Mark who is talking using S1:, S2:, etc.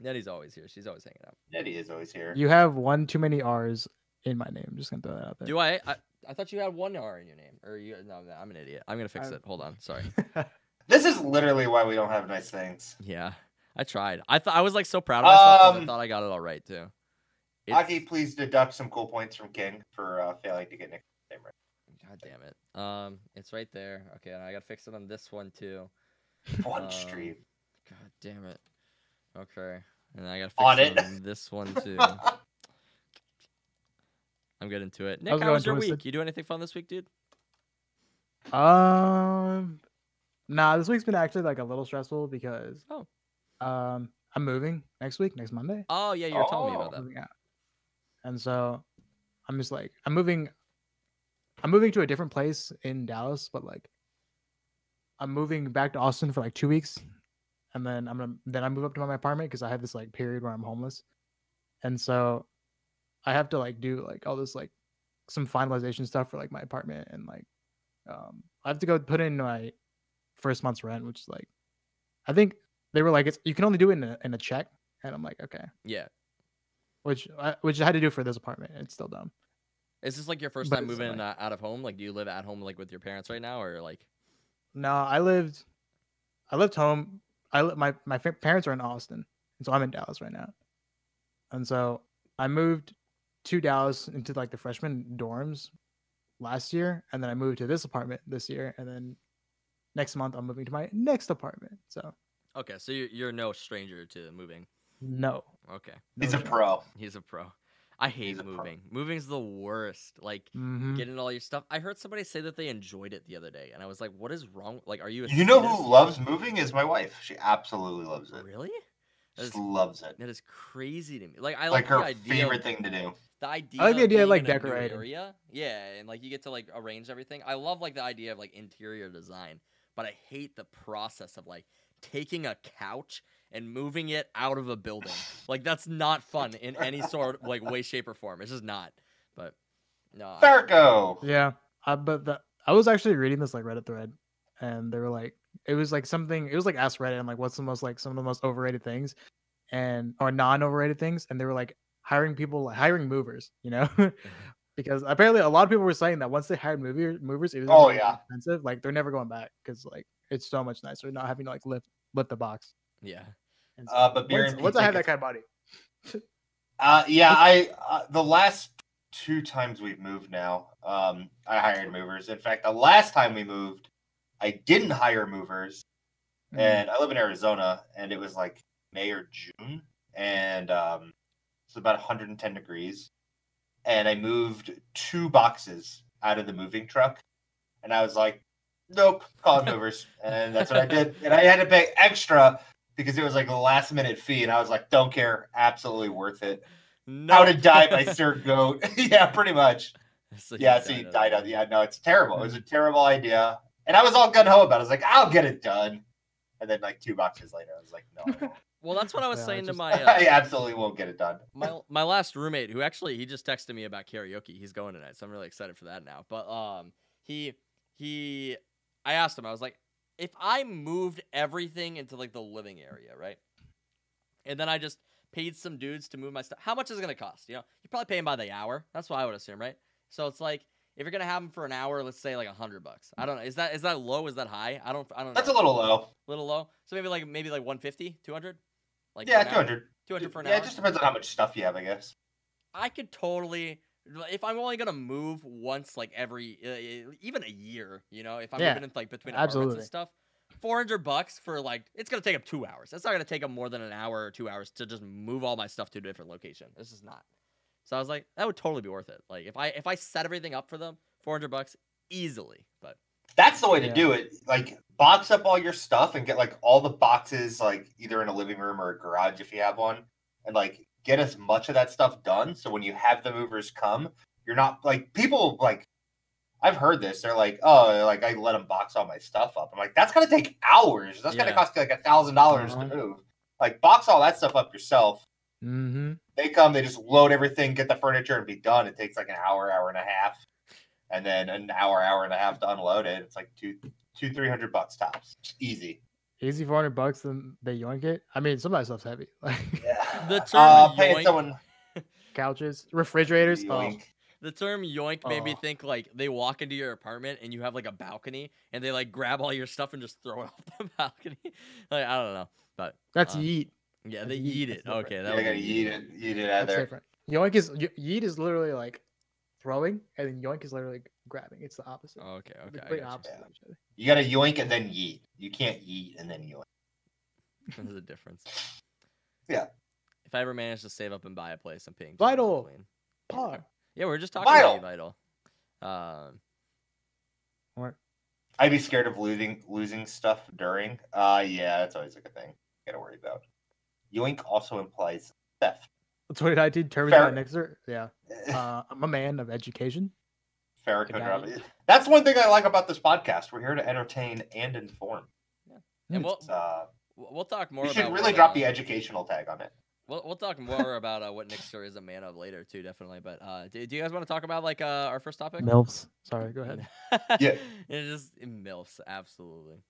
S1: Nettie's always here. She's always hanging out.
S2: Nettie is always here.
S3: You have one too many R's in my name. just gonna throw that out there.
S1: Do I? I, I thought you had one R in your name. Or you? No, no, I'm an idiot. I'm gonna fix
S3: I-
S1: it. Hold on. Sorry.
S2: This is literally why we don't have nice things.
S1: Yeah, I tried. I thought I was like so proud of myself 'cause I
S2: Um,
S1: thought I got it all right too. It's-
S2: Aki, please deduct some cool points from King for uh, failing to get Nick's name right.
S1: God damn it. Um, it's right there. Okay, and I gotta fix it on this one too.
S2: One
S1: Um,
S2: stream.
S1: God damn it. Okay, and I gotta fix
S2: On
S1: it
S2: it.
S1: on this one too. I'm getting to it. Nick,
S3: How's it
S1: how was
S3: going,
S1: your week?
S3: Twisted?
S1: You do anything fun this week, dude?
S3: Um, nah, this week's been actually like a little stressful because
S1: Oh.
S3: um, I'm moving next week, next Monday.
S1: Oh yeah, you were telling me about
S2: Oh.
S1: that.
S3: Moving out. And so I'm just like I'm moving I'm moving to a different place in Dallas, but like I'm moving back to Austin for like 2 weeks and then I'm gonna then I move up to my apartment cuz I have this like period where I'm homeless. And so I have to like do like all this like some finalization stuff for like my apartment and like um I have to go put in my first month's rent, which is like I think they were like it's you can only do it in a, in a check and I'm like okay
S1: Yeah.
S3: which I, which I had to do for this apartment. It's still dumb.
S1: Is this like your first
S3: But
S1: time
S3: it's
S1: moving
S3: like-
S1: uh, out of home? Like, do you live at home like with your parents right now, or like?
S3: No, I lived, I lived home. I li- my my fa- parents are in Austin, and so I'm in Dallas right now. And so I moved to Dallas into like the freshman dorms last year, and then I moved to this apartment this year, and then next month I'm moving to my next apartment. So
S1: Okay, so you're you're no stranger to moving.
S3: no,
S1: Okay.
S2: He's a pro.
S1: He's a pro. I hate
S2: a pro. Mm-hmm.
S1: moving. Moving's the worst. Like
S3: hmm
S1: getting all your stuff. I heard somebody say that they enjoyed it the other day, and I was like, "What is wrong? Like, are you?" A
S2: You know who
S1: sadist?
S2: loves moving is my wife. She absolutely loves it.
S1: Really? That is,
S2: Just loves it.
S1: that is crazy to me. Like, I like,
S2: Like her
S1: the idea.
S2: favorite thing to do.
S1: The idea.
S3: the idea of,
S1: being
S3: like,
S1: in a new
S3: decorating.
S1: Area. Yeah, and like you get to like arrange everything. I love like the idea of like interior design, but I hate the process of like taking a couch and moving it out of a building. Like that's not fun in any sort like way, shape, or form. It's just not. But no. I-
S2: Fargo.
S3: Yeah, I, but the, I was actually reading this like Reddit thread, and they were like, it was like something. It was like ask Reddit, and like, what's the most like some of the most overrated things, and or non-overrated things, and they were like hiring people, like hiring movers, you know,
S2: Mm-hmm.
S3: because apparently a lot of people were saying that once they hired mover movers, it was
S2: Oh,
S3: really
S2: yeah.
S3: expensive. Like they're never going back because like it's so much nicer not having to like lift lift the box.
S1: Yeah.
S3: And
S2: Uh, but beer
S3: once,
S2: and
S3: once
S2: pizza
S3: I have that
S2: gets-
S3: kind of body,
S2: Uh, yeah, I uh, the last two times we've moved now, um, I hired movers. In fact, the last time we moved, I didn't hire movers,
S3: Mm-hmm.
S2: and I live in Arizona, and it was like May or June, and um, it's about 110 degrees, and I moved two boxes out of the moving truck, and I was like, nope, call it movers, and that's what I did, and I had to pay extra. Because it was like a last minute fee, and I was like, "Don't care, absolutely worth it."
S1: No.
S2: How to Die by Sir Goat. yeah, pretty much.
S1: So
S2: yeah, so you died
S1: on
S2: on. Yeah, no, it's terrible. It
S1: Hmm.
S2: was a terrible idea, and I was all gun ho about. it. I was like, I'll get it done. And then like two boxes later, I was like, no, I won't.
S1: Well, that's what I was
S3: Yeah, I
S1: saying to
S3: just-
S1: my
S2: I
S1: uh,
S2: absolutely won't get it done.
S1: my my last roommate, who actually he just texted me about karaoke. He's going tonight, so I'm really excited for that now. But um, he he, I asked him. I was like, if I moved everything into like the living area, right, and then I just paid some dudes to move my stuff, how much is it gonna cost? You know, you probably pay him by the hour. That's what I would assume, right? So it's like. If you're gonna have him for an hour, let's say like a hundred bucks. I don't know. Is that is that low? Is that high? I don't. I don't.
S2: That's a
S1: know.
S2: little low.
S1: little low. So maybe like maybe like 150, 200? Like for
S2: yeah,
S1: an
S2: two
S1: hour?
S2: hundred.
S1: 200 for an
S2: Yeah,
S1: hour.
S2: it just depends on how much stuff you have, I guess.
S1: I could totally if I'm only gonna move once, like every uh, even a year, you know, if I'm
S3: Yeah,
S1: moving in, like between apartments and
S3: absolutely.
S1: stuff, 400 bucks for like it's gonna take up two hours. That's not gonna take up more than an hour or two hours to just move all my stuff to a different location. This is not. So I was like, that would totally be worth it. Like if I if I set everything up for them, 400 bucks easily. But
S2: That's the way to
S3: Yeah.
S2: do it. Like box up all your stuff and get like all the boxes like either in a living room or a garage if you have one, and like get as much of that stuff done. So when you have the movers come, you're not like people like. I've heard this. They're like, oh, like I let them box all my stuff up. I'm like, that's gonna take hours. That's
S1: Yeah.
S2: gonna cost you like a thousand dollars to
S3: Uh-huh.
S2: move. Like box all that stuff up yourself.
S3: mm-hmm.
S2: They come, they just load everything, get the furniture, and be done. It takes like an hour, hour and a half, and then an hour, hour and a half to unload it. It's like two, two, three hundred bucks tops, easy.
S3: easy 400 bucks, then they yoink it. I mean, some of that stuff's heavy. Like
S2: Yeah.
S1: The term
S2: uh, paying
S1: yoink-
S2: someone
S3: couches, refrigerators. Oh,
S2: yoink.
S1: The term yoink made me
S3: Oh.
S1: think like they walk into your apartment and you have like a balcony and they like grab all your stuff and just throw it off the balcony. like I don't know. But
S3: that's
S1: Uh,
S3: yeet.
S1: yeah,
S3: That's
S1: they
S3: yeet,
S1: eat
S3: that's
S1: it.
S3: different.
S1: Okay,
S2: Yeah,
S1: that
S2: I
S1: would
S2: gotta
S1: be
S2: eat
S1: yeet.
S2: it. Eat it
S3: That's
S2: either.
S3: different. Yoink is y- yeet is literally like throwing, and then yoink is literally grabbing. It's the opposite.
S1: Oh, okay,
S3: The
S1: okay. I
S3: complete
S1: gotcha.
S3: opposite
S2: Yeah.
S3: of each other.
S2: You gotta yoink and then yeet. You can't yeet and then yoink.
S1: There's a difference.
S2: Yeah.
S1: If I ever manage to save up and buy a place, I'm paying King
S3: Vital.
S1: Clean.
S3: Par.
S1: Yeah, we we're just talking about Vital. Um,
S3: Or-
S2: I'd be scared of losing losing stuff during. Uh yeah, that's always a good thing. Gotta worry about. Yoink also implies theft.
S3: 2019 Terminator
S2: Fair.
S3: next year. Yeah. Uh, I'm a man of education.
S2: Farrah
S3: the
S2: could
S3: guy-
S2: rather- That's one thing I like about this podcast. We're here to entertain and inform.
S1: and
S3: Mm.
S1: we'll,
S2: It's, uh,
S1: we'll we'll talk more.
S2: we should
S1: about
S2: really
S1: what,
S2: drop
S1: uh,
S2: the educational tag on it.
S1: We'll, we'll talk more about uh, what Nick Sir is a man of later too, definitely. But uh, do, do you guys want to talk about like uh, our first topic?
S3: Milfs. Sorry, go ahead.
S2: Yeah.
S1: it just it milfs absolutely.